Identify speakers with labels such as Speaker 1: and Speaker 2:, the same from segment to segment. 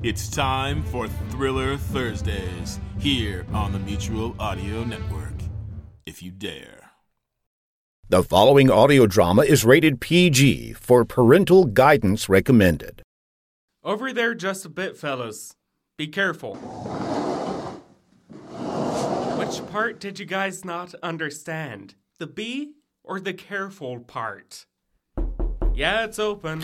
Speaker 1: It's time for Thriller Thursdays here on the Mutual Audio Network. If you dare.
Speaker 2: The following audio drama is rated PG for parental guidance recommended.
Speaker 3: Over there just a bit, fellas. Be careful. Which part did you guys not understand? The be or the careful part? Yeah, it's open.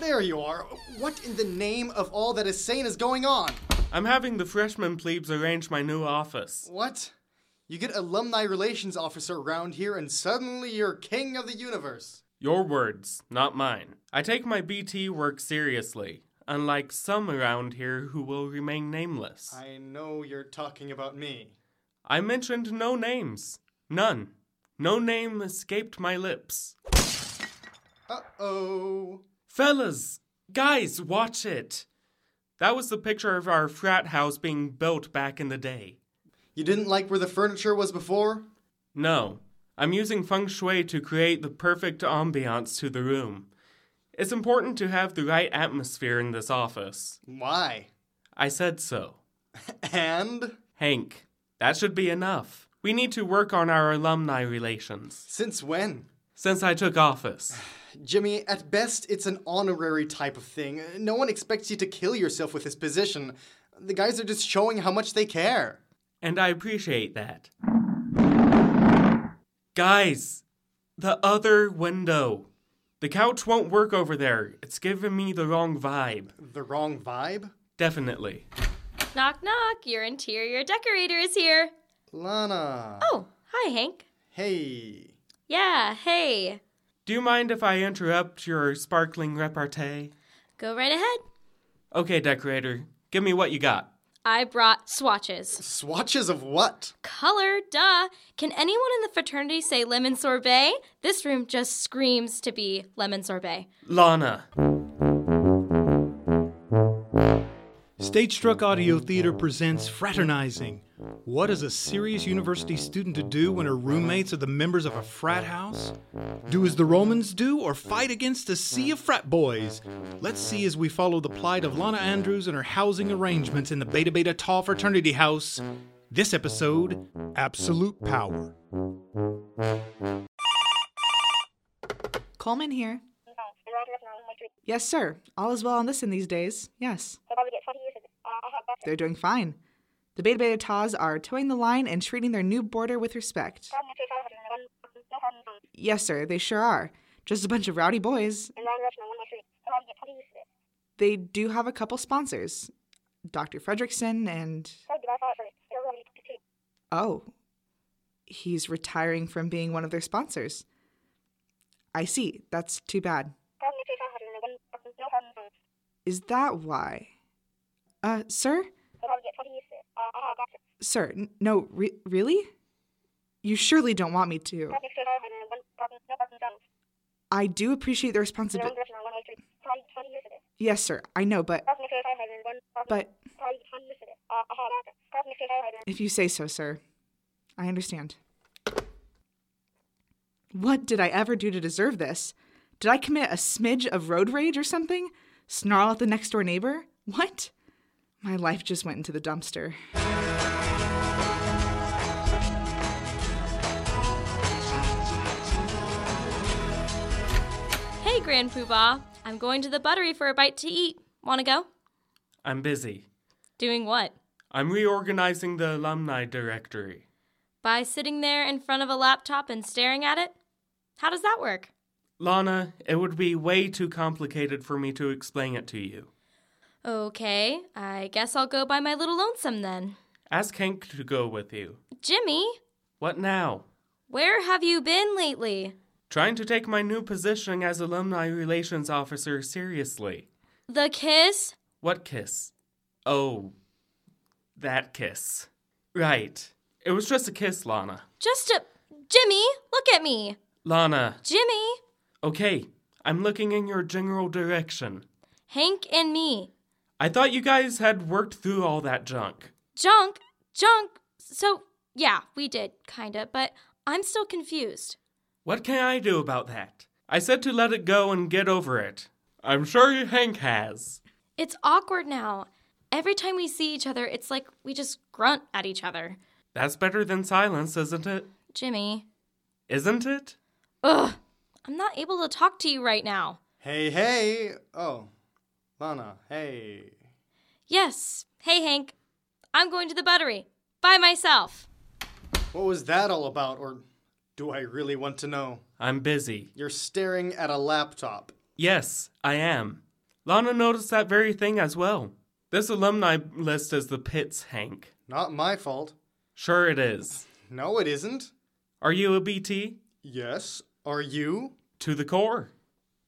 Speaker 4: There you are. What in the name of all that is sane is going on?
Speaker 3: I'm having the freshman plebes arrange my new office.
Speaker 4: What? You get alumni relations officer around here and suddenly you're king of the universe.
Speaker 3: Your words, not mine. I take my BT work seriously, unlike some around here who will remain nameless.
Speaker 4: I know you're talking about me.
Speaker 3: I mentioned no names. None. No name escaped my lips.
Speaker 4: Uh oh.
Speaker 3: Fellas, guys, watch it. That was the picture of our frat house being built back in the day.
Speaker 4: You didn't like where the furniture was before?
Speaker 3: No, I'm using feng shui to create the perfect ambiance to the room. It's important to have the right atmosphere in this office.
Speaker 4: Why?
Speaker 3: I said so.
Speaker 4: And?
Speaker 3: Hank, that should be enough. We need to work on our alumni relations.
Speaker 4: Since when?
Speaker 3: Since I took office,
Speaker 4: Jimmy, at best, it's an honorary type of thing. No one expects you to kill yourself with this position. The guys are just showing how much they care.
Speaker 3: and I appreciate that. Guys, the other window. The couch won't work over there. It's giving me the wrong vibe.
Speaker 4: The wrong vibe?
Speaker 3: Definitely.
Speaker 5: Knock, knock, your interior decorator is here.
Speaker 4: Lana.
Speaker 5: Oh, hi, Hank.
Speaker 4: Hey.
Speaker 5: Yeah, hey.
Speaker 3: Do you mind if I interrupt your sparkling repartee?
Speaker 5: Go right ahead.
Speaker 3: Okay, decorator, give me what you got.
Speaker 5: I brought swatches.
Speaker 4: Swatches of what?
Speaker 5: Color, duh. Can anyone in the fraternity say lemon sorbet? This room just screams to be lemon sorbet.
Speaker 3: Lana.
Speaker 6: Stage Struck Audio Theater presents Fraternizing. What is a serious university student to do when her roommates are the members of a frat house? Do as the Romans do or fight against a sea of frat boys? Let's see as we follow the plight of Lana Andrews and her housing arrangements in the Beta Beta Tau fraternity house. This episode Absolute Power.
Speaker 7: Coleman here. Yes, sir. All is well on this in these days. Yes. They're doing fine. The Beta Beta Taws are towing the line and treating their new border with respect. Yes, sir. They sure are. Just a bunch of rowdy boys. They do have a couple sponsors Dr. Fredrickson and. Oh. He's retiring from being one of their sponsors. I see. That's too bad. Is that why? Uh, sir? Sir, n- no, re- really? You surely don't want me to. I do appreciate the responsibility. Yes, sir, I know, but. But. If you say so, sir. I understand. What did I ever do to deserve this? Did I commit a smidge of road rage or something? Snarl at the next door neighbor? What? My life just went into the dumpster.
Speaker 5: Hey, Grand Poobah. I'm going to the buttery for a bite to eat. Wanna go?
Speaker 3: I'm busy.
Speaker 5: Doing what?
Speaker 3: I'm reorganizing the alumni directory.
Speaker 5: By sitting there in front of a laptop and staring at it? How does that work?
Speaker 3: Lana, it would be way too complicated for me to explain it to you.
Speaker 5: Okay, I guess I'll go by my little lonesome then.
Speaker 3: Ask Hank to go with you.
Speaker 5: Jimmy,
Speaker 3: What now?
Speaker 5: where have you been lately?
Speaker 3: Trying to take my new position as alumni relations officer seriously.
Speaker 5: The kiss
Speaker 3: What kiss? Oh, that kiss. Right. It was just a kiss, Lana.
Speaker 5: Just a. Jimmy, look at me.
Speaker 3: Lana.
Speaker 5: Jimmy,
Speaker 3: Okay, I'm looking in your general direction.
Speaker 5: Hank, and me.
Speaker 3: I thought you guys had worked through all that junk.
Speaker 5: Junk, junk. So, yeah, we did, kinda, but I'm still confused.
Speaker 3: What can I do about that? I said to let it go and get over it. I'm sure Hank has.
Speaker 5: It's awkward now. Every time we see each other, it's like we just grunt at each other.
Speaker 3: That's better than silence, isn't it?
Speaker 5: Jimmy,
Speaker 3: Isn't it?
Speaker 5: ugh, I'm not able to talk to you right now.
Speaker 4: Hey, hey. Oh, Lana, hey.
Speaker 5: Yes, hey Hank, I'm going to the buttery by myself.
Speaker 4: What was that all about, or do I really want to know?
Speaker 3: I'm busy.
Speaker 4: You're staring at a laptop.
Speaker 3: Yes, I am. Lana noticed that very thing as well. This alumni list is the pits, Hank.
Speaker 4: Not my fault.
Speaker 3: Sure it is.
Speaker 4: No, it isn't.
Speaker 3: Are you a BT?
Speaker 4: Yes, are you?
Speaker 3: To the core.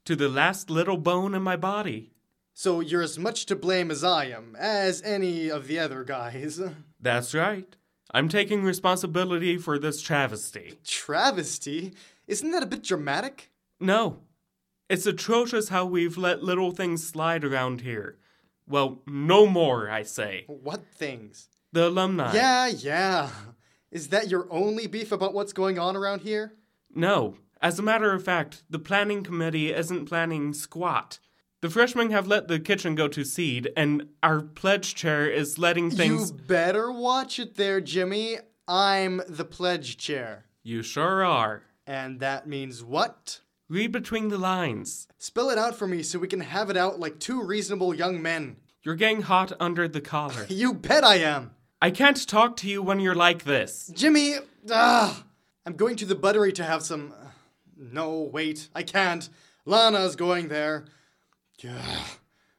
Speaker 3: To the last little bone in my body.
Speaker 4: So you're as much to blame as I am, as any of the other guys.
Speaker 3: That's right. I'm taking responsibility for this travesty.
Speaker 4: Travesty? Isn't that a bit dramatic?
Speaker 3: No. It's atrocious how we've let little things slide around here. Well, no more, I say.
Speaker 4: What things?
Speaker 3: The alumni.
Speaker 4: Yeah, yeah. Is that your only beef about what's going on around here?
Speaker 3: No. As a matter of fact, the planning committee isn't planning squat. The freshmen have let the kitchen go to seed, and our pledge chair is letting things.
Speaker 4: You better watch it there, Jimmy. I'm the pledge chair.
Speaker 3: You sure are.
Speaker 4: And that means what?
Speaker 3: Read between the lines.
Speaker 4: Spell it out for me so we can have it out like two reasonable young men.
Speaker 3: You're getting hot under the collar.
Speaker 4: You bet I am.
Speaker 3: I can't talk to you when you're like this.
Speaker 4: Jimmy, ah, I'm going to the buttery to have some. uh, No, wait, I can't. Lana's going there. Gah.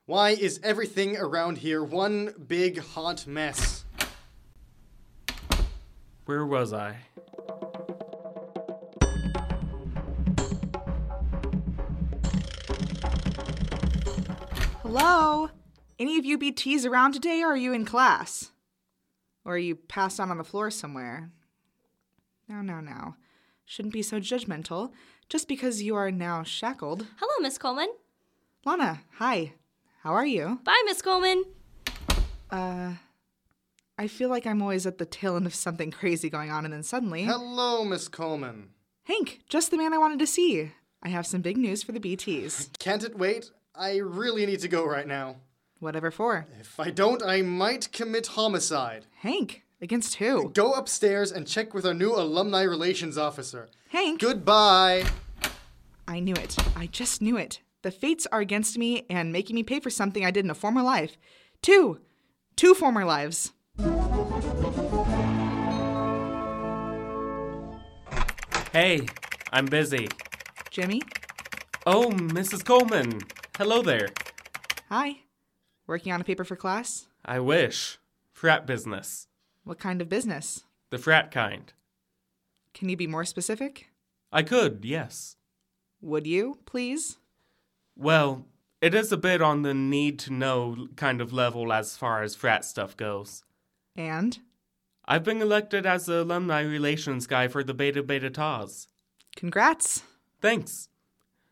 Speaker 4: Why is everything around here one big hot mess?
Speaker 3: Where was I?
Speaker 7: Hello? Any of you BTs around today, or are you in class? Or are you passed out on the floor somewhere? No, no, no. Shouldn't be so judgmental. Just because you are now shackled.
Speaker 5: Hello, Miss Coleman.
Speaker 7: Lana, hi. How are you?
Speaker 5: Bye, Miss Coleman.
Speaker 7: I feel like I'm always at the tail end of something crazy going on, and then suddenly.
Speaker 4: Hello, Miss Coleman.
Speaker 7: Hank, just the man I wanted to see. I have some big news for the BTs.
Speaker 4: Can't it wait? I really need to go right now.
Speaker 7: Whatever for.
Speaker 4: If I don't, I might commit homicide.
Speaker 7: Hank, against who?
Speaker 4: Go upstairs and check with our new alumni relations officer.
Speaker 7: Hank!
Speaker 4: Goodbye.
Speaker 7: I knew it. I just knew it. The fates are against me and making me pay for something I did in a former life. Two! Two former lives.
Speaker 3: Hey, I'm busy.
Speaker 7: Jimmy?
Speaker 3: Oh, Mrs. Coleman. Hello there.
Speaker 7: Hi. Working on a paper for class?
Speaker 3: I wish. Frat business.
Speaker 7: What kind of business?
Speaker 3: The frat kind.
Speaker 7: Can you be more specific?
Speaker 3: I could, yes.
Speaker 7: Would you, please?
Speaker 3: Well, it is a bit on the need to know kind of level as far as frat stuff goes.
Speaker 7: And
Speaker 3: I've been elected as the alumni relations guy for the Beta Beta Taz.
Speaker 7: congrats.
Speaker 3: Thanks.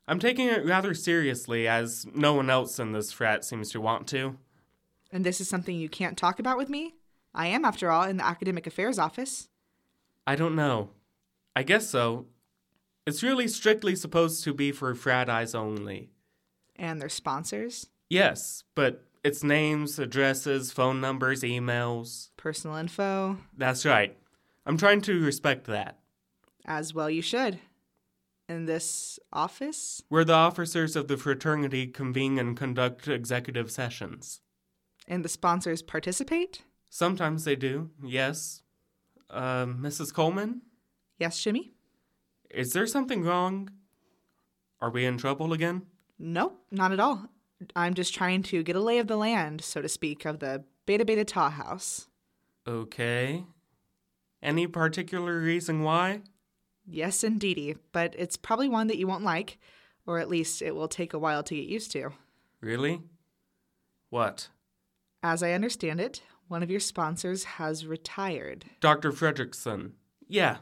Speaker 3: I'm taking it rather seriously as no one else in this frat seems to want to.
Speaker 7: And this is something you can't talk about with me? I am, after all, in the academic affairs office.
Speaker 3: I don't know. I guess so. It's really strictly supposed to be for frat eyes only.
Speaker 7: And their sponsors,
Speaker 3: Yes, but it's names, addresses, phone numbers, emails.
Speaker 7: personal info,
Speaker 3: That's right. I'm trying to respect that.
Speaker 7: as well you should. In this office?
Speaker 3: Where the officers of the fraternity convene and conduct executive sessions.
Speaker 7: And the sponsors participate?
Speaker 3: Sometimes they do, yes. Uh, Mrs. Coleman?
Speaker 7: Yes, Jimmy?
Speaker 3: Is there something wrong? Are we in trouble again?
Speaker 7: Nope, not at all. I'm just trying to get a lay of the land, so to speak, of the Beta Beta Ta house.
Speaker 3: Okay. Any particular reason why?
Speaker 7: Yes, indeedy, but it's probably one that you won't like, or at least it will take a while to get used to.
Speaker 3: Really? What?
Speaker 7: As I understand it, one of your sponsors has retired.
Speaker 3: Dr. Fredrickson. Yeah,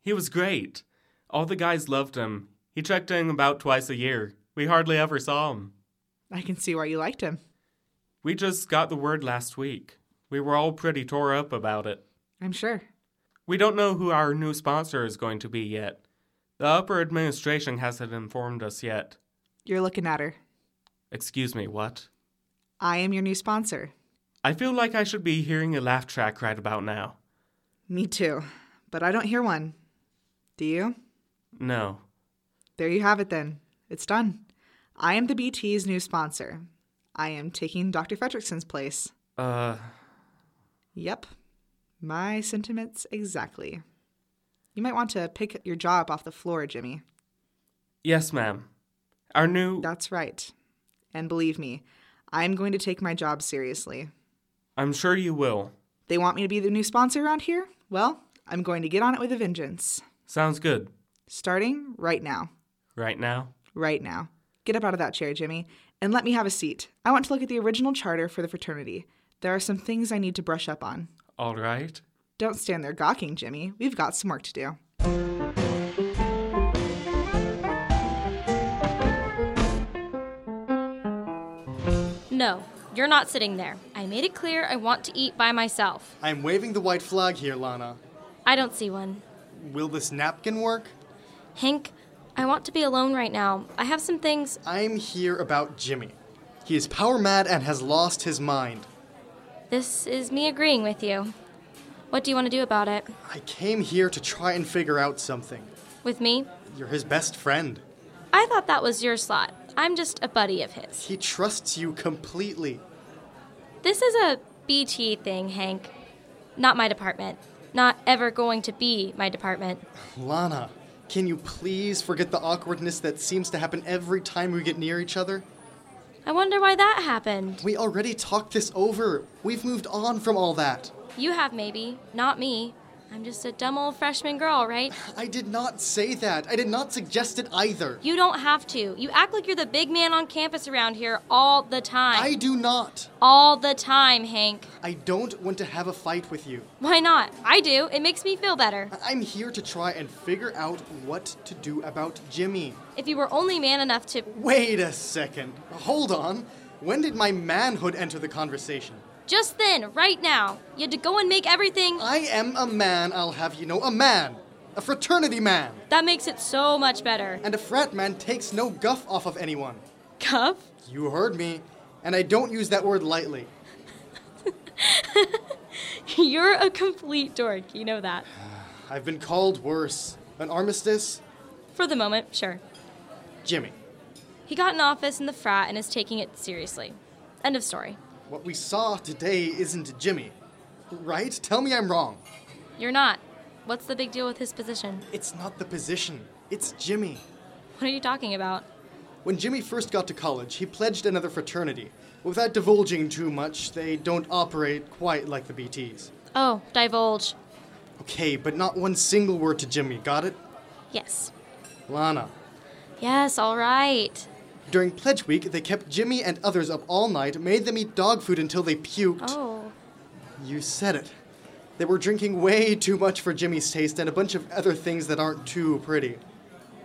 Speaker 3: he was great. All the guys loved him. He checked in about twice a year. We hardly ever saw him.
Speaker 7: I can see why you liked him.
Speaker 3: We just got the word last week. We were all pretty tore up about it.
Speaker 7: I'm sure.
Speaker 3: We don't know who our new sponsor is going to be yet. The upper administration hasn't informed us yet.
Speaker 7: You're looking at her.
Speaker 3: Excuse me, what?
Speaker 7: I am your new sponsor.
Speaker 3: I feel like I should be hearing a laugh track right about now.
Speaker 7: Me too. But I don't hear one. Do you?
Speaker 3: No.
Speaker 7: There you have it then. It's done. I am the BT's new sponsor. I am taking Dr. Fredrickson's place.
Speaker 3: Uh,
Speaker 7: Yep. My sentiments exactly. You might want to pick your jaw up off the floor, Jimmy.
Speaker 3: yes, ma'am. Our new.
Speaker 7: That's right. And believe me, I'm going to take my job seriously.
Speaker 3: I'm sure you will.
Speaker 7: They want me to be the new sponsor around here? Well, I'm going to get on it with a vengeance.
Speaker 3: Sounds good.
Speaker 7: Starting right now.
Speaker 3: Right now?
Speaker 7: Right now. Get up out of that chair, Jimmy, and let me have a seat. I want to look at the original charter for the fraternity. There are some things I need to brush up on.
Speaker 3: All right.
Speaker 7: Don't stand there gawking, Jimmy. We've got some work to do.
Speaker 5: No, you're not sitting there. I made it clear I want to eat by myself.
Speaker 4: I'm waving the white flag here, Lana.
Speaker 5: I don't see one.
Speaker 4: Will this napkin work?
Speaker 5: Hank, I want to be alone right now. I have some things.
Speaker 4: I'm here about Jimmy. He is power mad and has lost his mind.
Speaker 5: This is me agreeing with you. What do you want to do about it?
Speaker 4: I came here to try and figure out something.
Speaker 5: With me?
Speaker 4: You're his best friend.
Speaker 5: I thought that was your slot. I'm just a buddy of his.
Speaker 4: He trusts you completely.
Speaker 5: This is a BT thing, Hank. Not my department. Not ever going to be my department.
Speaker 4: Lana, can you please forget the awkwardness that seems to happen every time we get near each other?
Speaker 5: I wonder why that happened.
Speaker 4: We already talked this over. We've moved on from all that.
Speaker 5: You have, maybe. Not me. I'm just a dumb old freshman girl, right?
Speaker 4: I did not say that. I did not suggest it either.
Speaker 5: You don't have to. You act like you're the big man on campus around here all the time.
Speaker 4: I do not.
Speaker 5: all the time, Hank.
Speaker 4: I don't want to have a fight with you.
Speaker 5: Why not? I do. It makes me feel better.
Speaker 4: I- I'm here to try and figure out what to do about Jimmy.
Speaker 5: If you were only man enough to.
Speaker 4: Wait a second. Hold on. When did my manhood enter the conversation?
Speaker 5: Just then, right now, you had to go and make everything.
Speaker 4: I am a man, I'll have you know. A man. A fraternity man.
Speaker 5: That makes it so much better.
Speaker 4: And a frat man takes no guff off of anyone.
Speaker 5: Cuff?
Speaker 4: You heard me. And I don't use that word lightly.
Speaker 5: You're a complete dork. You know that.
Speaker 4: I've been called worse. An armistice?
Speaker 5: For the moment, sure.
Speaker 4: Jimmy.
Speaker 5: He got an office in the frat and is taking it seriously. End of story.
Speaker 4: What we saw today isn't Jimmy. Right? Tell me I'm wrong.
Speaker 5: You're not. What's the big deal with his position?
Speaker 4: It's not the position, it's Jimmy.
Speaker 5: What are you talking about?
Speaker 4: When Jimmy first got to college, he pledged another fraternity. Without divulging too much, they don't operate quite like the BTs.
Speaker 5: Oh, divulge.
Speaker 4: Okay, but not one single word to Jimmy, got it?
Speaker 5: Yes.
Speaker 4: Lana.
Speaker 5: Yes, all right.
Speaker 4: During pledge week, they kept Jimmy and others up all night, made them eat dog food until they puked.
Speaker 5: Oh.
Speaker 4: You said it. They were drinking way too much for Jimmy's taste and a bunch of other things that aren't too pretty.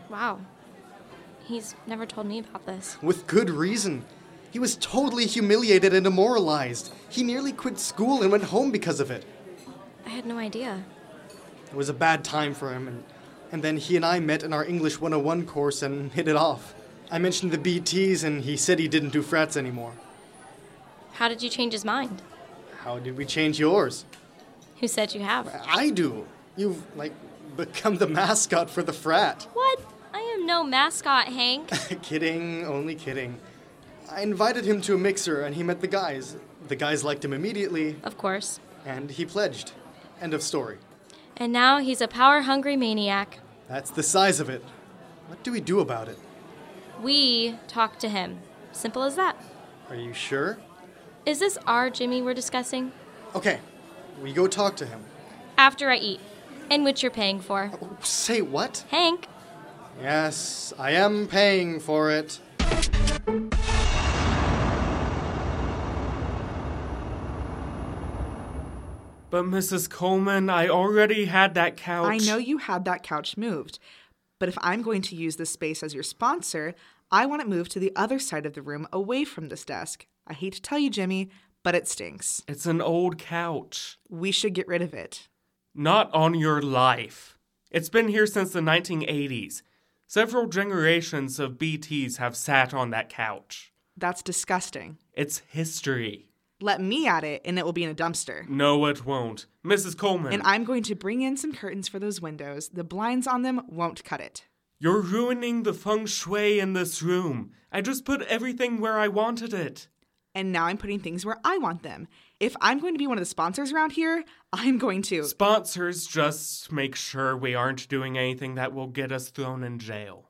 Speaker 5: Wow. He's never told me about this.
Speaker 4: With good reason. He was totally humiliated and demoralized. He nearly quit school and went home because of it.
Speaker 5: I had no idea.
Speaker 4: It was a bad time for him, and, and then he and I met in our English 101 course and hit it off. I mentioned the BTs, and he said he didn't do frats anymore.
Speaker 5: How did you change his mind?
Speaker 4: How did we change yours?
Speaker 5: Who said you have?
Speaker 4: I do. You've, like, become the mascot for the frat.
Speaker 5: What? I am no mascot, Hank.
Speaker 4: kidding, only kidding. I invited him to a mixer, and he met the guys. The guys liked him immediately,
Speaker 5: of course.
Speaker 4: and he pledged. End of story.
Speaker 5: And now he's a power hungry maniac.
Speaker 4: That's the size of it. What do we do about it?
Speaker 5: We talk to him. Simple as that.
Speaker 4: Are you sure?
Speaker 5: Is this our Jimmy we're discussing?
Speaker 4: Okay, we go talk to him.
Speaker 5: After I eat, and which you're paying for.
Speaker 4: Oh, Say what?
Speaker 5: Hank,
Speaker 4: Yes, I am paying for it.
Speaker 3: But Mrs. Coleman, I already had that couch.
Speaker 7: I know you had that couch moved, but if I'm going to use this space as your sponsor, I want it moved to the other side of the room away from this desk. I hate to tell you, Jimmy, but it stinks.
Speaker 3: It's an old couch.
Speaker 7: We should get rid of it.
Speaker 3: Not on your life. It's been here since the 1980s. Several generations of BTs have sat on that couch.
Speaker 7: That's disgusting.
Speaker 3: It's history.
Speaker 7: Let me at it and it will be in a dumpster.
Speaker 3: No, it won't. Mrs. Coleman,
Speaker 7: And I'm going to bring in some curtains for those windows. The blinds on them won't cut it.
Speaker 3: you're ruining the feng shui in this room. I just put everything where I wanted it.
Speaker 7: And now I'm putting things where I want them. If I'm going to be one of the sponsors around here, I'm going to.
Speaker 3: Sponsors just make sure we aren't doing anything that will get us thrown in jail.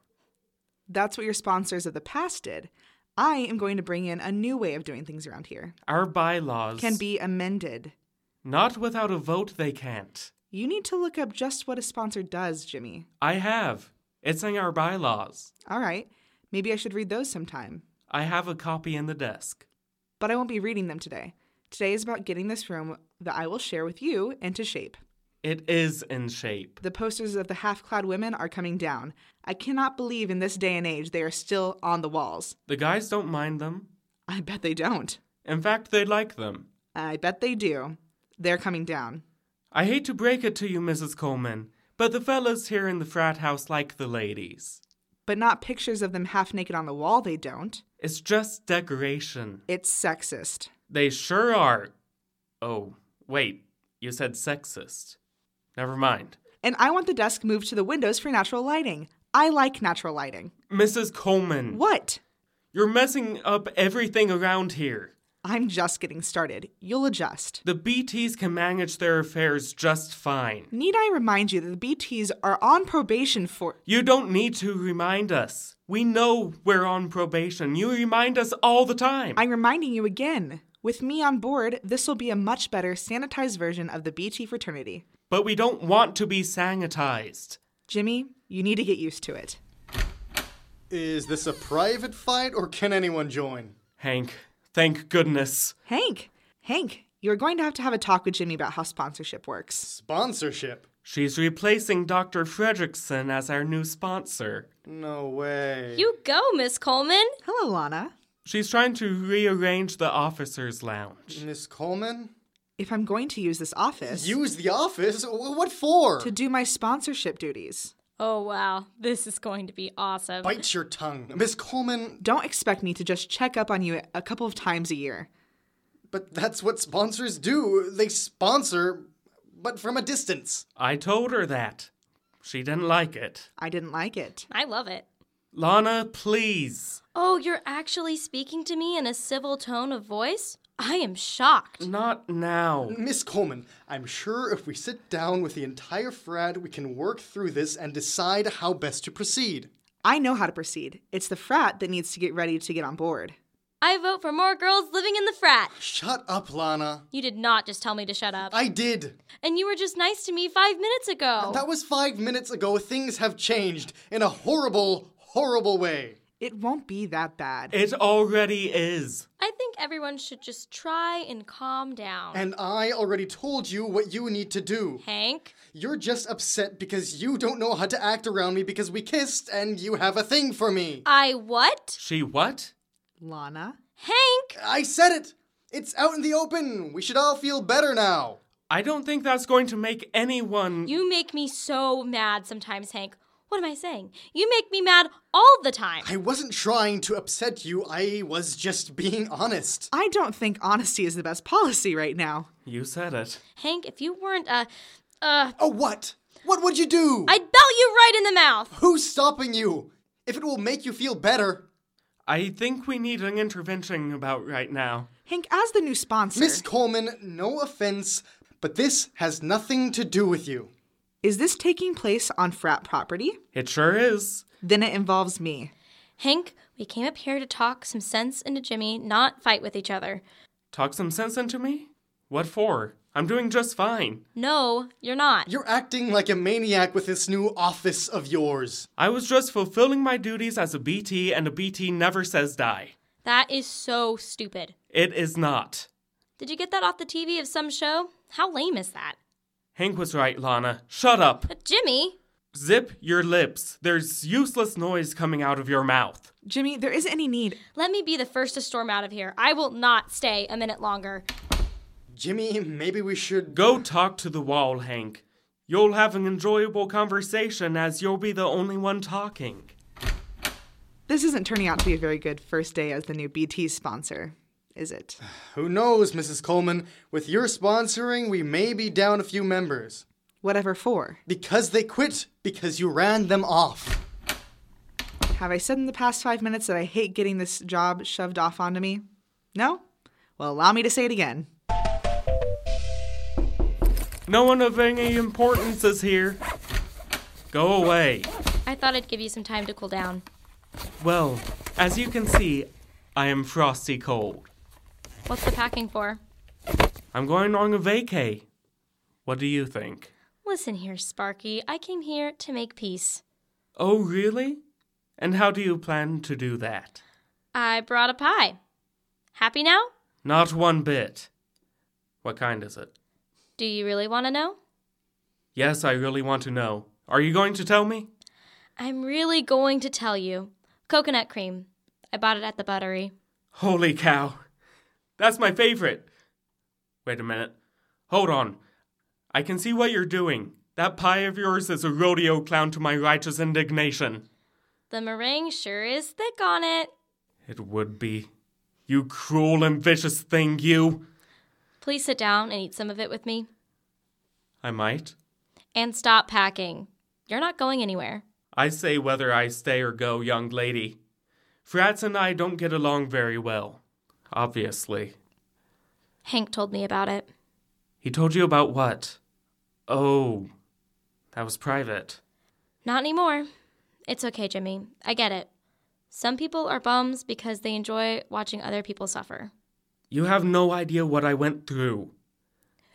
Speaker 7: That's what your sponsors of the past did. I am going to bring in a new way of doing things around here.
Speaker 3: Our bylaws
Speaker 7: Can be amended.
Speaker 3: Not without a vote, they can't.
Speaker 7: You need to look up just what a sponsor does, Jimmy.
Speaker 3: I have. It's in our bylaws.
Speaker 7: All right, maybe I should read those sometime.
Speaker 3: I have a copy in the desk.
Speaker 7: But I won't be reading them today. Today is about getting this room that I will share with you into shape.
Speaker 3: It is in shape.
Speaker 7: The posters of the half clad women are coming down. I cannot believe in this day and age they are still on the walls.
Speaker 3: The guys don't mind them.
Speaker 7: I bet they don't.
Speaker 3: In fact, they like them.
Speaker 7: I bet they do. They're coming down.
Speaker 3: I hate to break it to you, Mrs. Coleman, but the fellas here in the frat house like the ladies.
Speaker 7: But not pictures of them half naked on the wall, they don't.
Speaker 3: It's just decoration.
Speaker 7: It's sexist.
Speaker 3: They sure are. Oh, wait, you said sexist. Never mind.
Speaker 7: And I want the desk moved to the windows for natural lighting. I like natural lighting.
Speaker 3: Mrs. Coleman,
Speaker 7: What?
Speaker 3: you're messing up everything around here.
Speaker 7: I'm just getting started. You'll adjust.
Speaker 3: The BTs can manage their affairs just fine.
Speaker 7: Need I remind you that the BTs are on probation for.
Speaker 3: You don't need to remind us. We know we're on probation. You remind us all the time.
Speaker 7: I'm reminding you again. With me on board, this will be a much better sanitized version of the BT fraternity.
Speaker 3: But we don't want to be sanitized.
Speaker 7: Jimmy, you need to get used to it.
Speaker 4: Is this a private fight or can anyone join?
Speaker 3: Hank, thank goodness.
Speaker 7: Hank, Hank, you're going to have to have a talk with Jimmy about how sponsorship works.
Speaker 4: Sponsorship?
Speaker 3: She's replacing Dr. Fredrickson as our new sponsor.
Speaker 4: No way.
Speaker 5: You go, Miss Coleman.
Speaker 7: Hello, Lana.
Speaker 3: She's trying to rearrange the officers' lounge.
Speaker 4: Miss Coleman?
Speaker 7: If I'm going to use this office
Speaker 4: Use the office? Wh- What for?
Speaker 7: to do my sponsorship duties,
Speaker 5: Oh, wow. This is going to be awesome.
Speaker 4: Bite your tongue. Miss Coleman,
Speaker 7: don't expect me to just check up on you a couple of times a year.
Speaker 4: but that's what sponsors do. They sponsor, but from a distance.
Speaker 3: I told her that. She didn't like it.
Speaker 7: I didn't like it.
Speaker 5: I love it.
Speaker 3: Lana, please.
Speaker 5: Oh, you're actually speaking to me in a civil tone of voice? I am shocked.
Speaker 3: Not now.
Speaker 4: Miss Coleman, I'm sure if we sit down with the entire frat, we can work through this and decide how best to proceed.
Speaker 7: I know how to proceed. It's the frat that needs to get ready to get on board.
Speaker 5: I vote for more girls living in the frat.
Speaker 4: Shut up, Lana.
Speaker 5: You did not just tell me to shut up.
Speaker 4: I did.
Speaker 5: and you were just nice to me five minutes ago.
Speaker 4: That was five minutes ago. Things have changed in a horrible, horrible way.
Speaker 7: It won't be that bad.
Speaker 3: It already is.
Speaker 5: I think everyone should just try and calm down.
Speaker 4: And I already told you what you need to do.
Speaker 5: Hank,
Speaker 4: You're just upset because you don't know how to act around me because we kissed and you have a thing for me.
Speaker 5: I what?
Speaker 3: She what?
Speaker 7: Lana,
Speaker 5: Hank,
Speaker 4: I said it! It's out in the open! We should all feel better now!
Speaker 3: I don't think that's going to make anyone.
Speaker 5: you make me so mad sometimes, Hank. What am I saying? You make me mad all the time.
Speaker 4: I wasn't trying to upset you, I was just being honest.
Speaker 7: I don't think honesty is the best policy right now.
Speaker 3: You said it.
Speaker 5: Hank, if you weren't a, uh,
Speaker 4: Oh, what? What would you do?
Speaker 5: I'd belt you right in the mouth.
Speaker 4: Who's stopping you? If it will make you feel better.
Speaker 3: I think we need an intervention about right now.
Speaker 7: Hank, as the new sponsor,
Speaker 4: Miss Coleman, no offense, but this has nothing to do with you.
Speaker 7: is this taking place on frat property?
Speaker 3: It sure is.
Speaker 7: Then it involves me.
Speaker 5: Hank, we came up here to talk some sense into Jimmy, not fight with each other.
Speaker 3: Talk some sense into me? What for? I'm doing just fine.
Speaker 5: No, you're not.
Speaker 4: You're acting like a maniac with this new office of yours.
Speaker 3: I was just fulfilling my duties as a BT, and a BT never says die.
Speaker 5: That is so stupid.
Speaker 3: It is not.
Speaker 5: Did you get that off the TV of some show? How lame is that?
Speaker 3: Hank was right, Lana. Shut up.
Speaker 5: But Jimmy,
Speaker 3: Zip your lips. There's useless noise coming out of your mouth.
Speaker 7: Jimmy, there isn't any need.
Speaker 5: let me be the first to storm out of here. I will not stay a minute longer.
Speaker 4: Jimmy, maybe we should.
Speaker 3: Go talk to the wall, Hank. You'll have an enjoyable conversation as you'll be the only one talking.
Speaker 7: This isn't turning out to be a very good first day as the new BT sponsor, is it?
Speaker 4: Who knows, Mrs. Coleman? With your sponsoring, we may be down a few members.
Speaker 7: Whatever for.
Speaker 4: Because they quit, because you ran them off.
Speaker 7: Have I said in the past five minutes that I hate getting this job shoved off onto me? No? Well, allow me to say it again.
Speaker 3: No one of any importance is here. Go away.
Speaker 5: I thought I'd give you some time to cool down.
Speaker 3: Well, as you can see, I am frosty cold.
Speaker 5: What's the packing for?
Speaker 3: I'm going on a vacay. What do you think?
Speaker 5: Listen here, Sparky. I came here to make peace.
Speaker 3: Oh, really? And how do you plan to do that?
Speaker 5: I brought a pie. Happy now?
Speaker 3: Not one bit. What kind is it?
Speaker 5: Do you really want to know?
Speaker 3: Yes, I really want to know. Are you going to tell me?
Speaker 5: I'm really going to tell you. Coconut cream. I bought it at the buttery.
Speaker 3: Holy cow. That's my favorite. Wait a minute. Hold on. I can see what you're doing. That pie of yours is a rodeo clown to my righteous indignation.
Speaker 5: The meringue sure is thick on it.
Speaker 3: It would be. You cruel and vicious thing, you.
Speaker 5: Please sit down and eat some of it with me.
Speaker 3: I might.
Speaker 5: And stop packing. You're not going anywhere.
Speaker 3: I say whether I stay or go, young lady. Frats and I don't get along very well. Obviously.
Speaker 5: Hank told me about it.
Speaker 3: He told you about what? Oh, that was private.
Speaker 5: Not anymore. It's okay, Jimmy. I get it. Some people are bums because they enjoy watching other people suffer.
Speaker 3: You have no idea what I went through.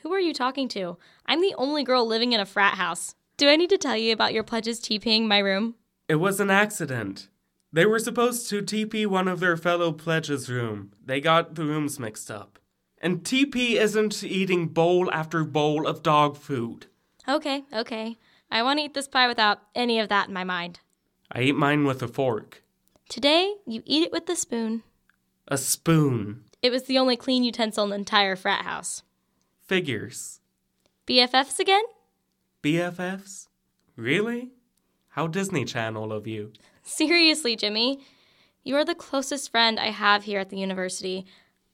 Speaker 5: Who are you talking to? I'm the only girl living in a frat house. Do I need to tell you about your pledges TPing my room?
Speaker 3: It was an accident. They were supposed to TP one of their fellow pledges' room. They got the rooms mixed up. And TP isn't eating bowl after bowl of dog food.
Speaker 5: Okay, okay. I want to eat this pie without any of that in my mind.
Speaker 3: I ate mine with a fork.
Speaker 5: Today, you eat it with the spoon.
Speaker 3: A spoon.
Speaker 5: It was the only clean utensil in the entire frat house.
Speaker 3: Figures.
Speaker 5: BFFs again?
Speaker 3: BFFs? Really? How Disney Channel of you.
Speaker 5: Seriously, Jimmy. You are the closest friend I have here at the university.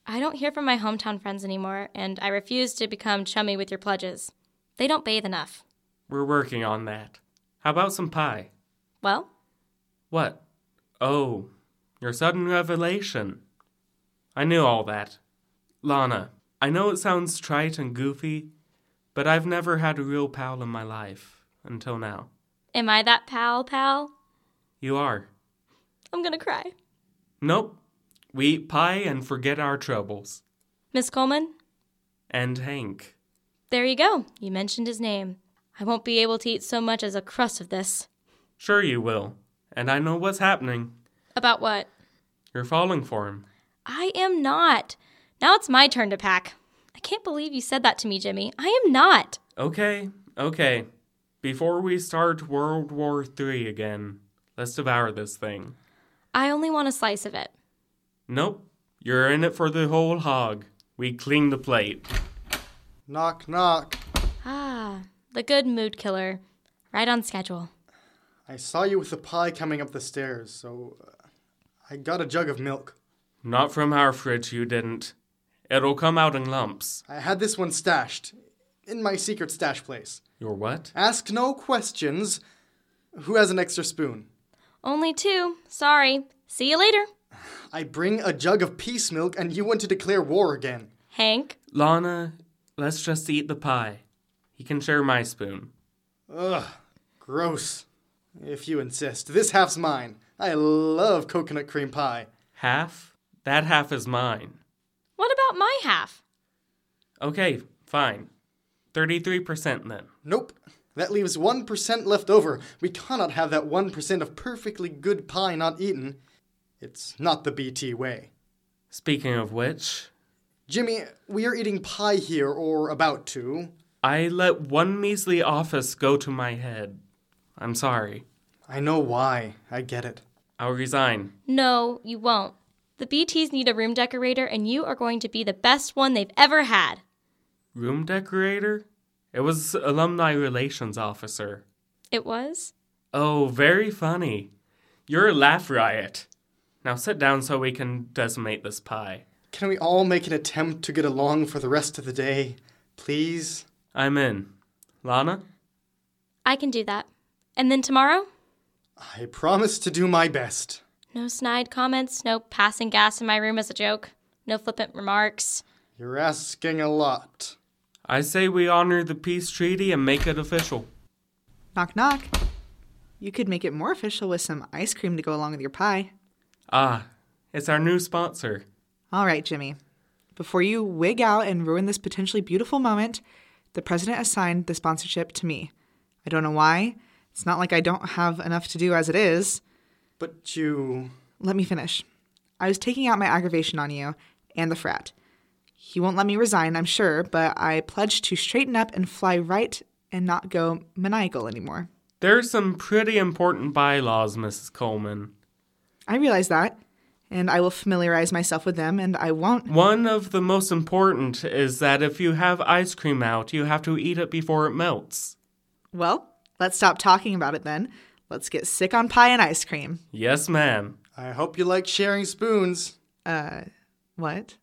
Speaker 5: I don't hear from my hometown friends anymore, and I refuse to become chummy with your pledges. They don't bathe enough.
Speaker 3: We're working on that. How about some pie?
Speaker 5: Well,
Speaker 3: What? Oh, your sudden revelation. I knew all that. Lana, I know it sounds trite and goofy, but I've never had a real pal in my life until now.
Speaker 5: am I that pal, pal?
Speaker 3: You are.
Speaker 5: I'm gonna cry.
Speaker 3: Nope. We eat pie and forget our troubles.
Speaker 5: Miss Coleman,
Speaker 3: And Hank.
Speaker 5: there you go. You mentioned his name. I won't be able to eat so much as a crust of this.
Speaker 3: Sure you will. And I know what's happening.
Speaker 5: About what?
Speaker 3: You're falling for him.
Speaker 5: I am not. Now it's my turn to pack. I can't believe you said that to me, Jimmy. I am not.
Speaker 3: Okay, okay. Before we start World War III again, let's devour this thing.
Speaker 5: I only want a slice of it.
Speaker 3: Nope. You're in it for the whole hog. We clean the plate.
Speaker 4: Knock, knock.
Speaker 5: Ah, the good mood killer. Right on schedule.
Speaker 4: I saw you with the pie coming up the stairs, so uh, I got a jug of milk.
Speaker 3: Not from our fridge, you didn't. It'll come out in lumps.
Speaker 4: I had this one stashed in my secret stash place.
Speaker 3: Your what?
Speaker 4: Ask no questions. Who has an extra spoon?
Speaker 5: Only two. Sorry. See you later.
Speaker 4: I bring a jug of peace milk and you want to declare war again.
Speaker 5: Hank,
Speaker 3: Lana, let's just eat the pie. He can share my spoon.
Speaker 4: Ugh, gross. If you insist, this half's mine. I love coconut cream pie.
Speaker 3: Half? That half is mine.
Speaker 5: what about my half?
Speaker 3: Okay, fine. 33% then.
Speaker 4: Nope. That leaves 1% left over. We cannot have that 1% of perfectly good pie not eaten. It's not the BT way.
Speaker 3: Speaking of which,
Speaker 4: Jimmy, we are eating pie here, or about to.
Speaker 3: I let one measly office go to my head. I'm sorry.
Speaker 4: I know why. I get it.
Speaker 3: I'll resign.
Speaker 5: No, you won't. The BTs need a room decorator, and you are going to be the best one they've ever had.
Speaker 3: Room decorator? It was alumni relations officer.
Speaker 5: It was?
Speaker 3: Oh, very funny. You're a laugh riot. Now sit down so we can decimate this pie.
Speaker 4: Can we all make an attempt to get along for the rest of the day? Please?
Speaker 3: I'm in. Lana?
Speaker 5: I can do that. And then tomorrow?
Speaker 4: I promise to do my best.
Speaker 5: No snide comments, no passing gas in my room as a joke, no flippant remarks.
Speaker 4: You're asking a lot.
Speaker 3: I say we honor the peace treaty and make it official.
Speaker 7: Knock, knock. You could make it more official with some ice cream to go along with your pie.
Speaker 3: Ah, it's our new sponsor.
Speaker 7: All right, Jimmy. Before you wig out and ruin this potentially beautiful moment, the president assigned the sponsorship to me. I don't know why. It's not like I don't have enough to do as it is.
Speaker 4: But you.
Speaker 7: Let me finish. I was taking out my aggravation on you and the frat. He won't let me resign, I'm sure, but I pledged to straighten up and fly right and not go maniacal anymore.
Speaker 3: There are some pretty important bylaws, Mrs. Coleman.
Speaker 7: I realize that, and I will familiarize myself with them, and I won't.
Speaker 3: One of the most important is that if you have ice cream out, you have to eat it before it melts.
Speaker 7: Well, let's stop talking about it then. Let's get sick on pie and ice cream.
Speaker 3: Yes, ma'am.
Speaker 4: I hope you like sharing spoons.
Speaker 7: Uh, what?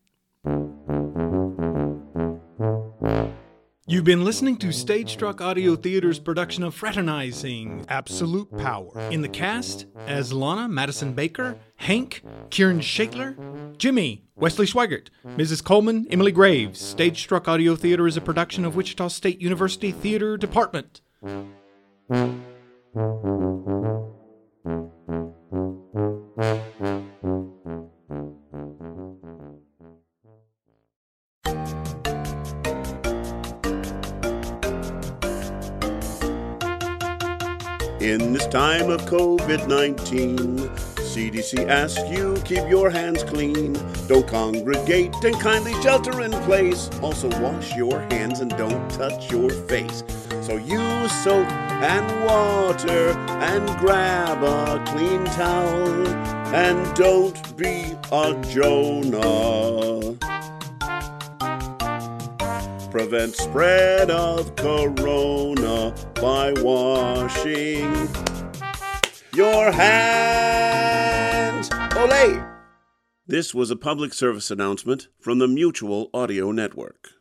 Speaker 6: You've been listening to Stage Struck Audio Theater's production of Fraternizing Absolute Power. In the cast, as Lana, Madison Baker, Hank, Kieran Shakler, Jimmy, Wesley Schweigert, Mrs. Coleman, Emily Graves. Stage Struck Audio Theater is a production of Wichita State University Theater Department.
Speaker 8: In this time of COVID 19, CDC asks you keep your hands clean. Don't congregate and kindly shelter in place. Also, wash your hands and don't touch your face. So, use soap and water and grab a clean towel. And don't be a Jonah prevent spread of corona by washing your hands. Olay! This was a public service announcement from the Mutual Audio Network.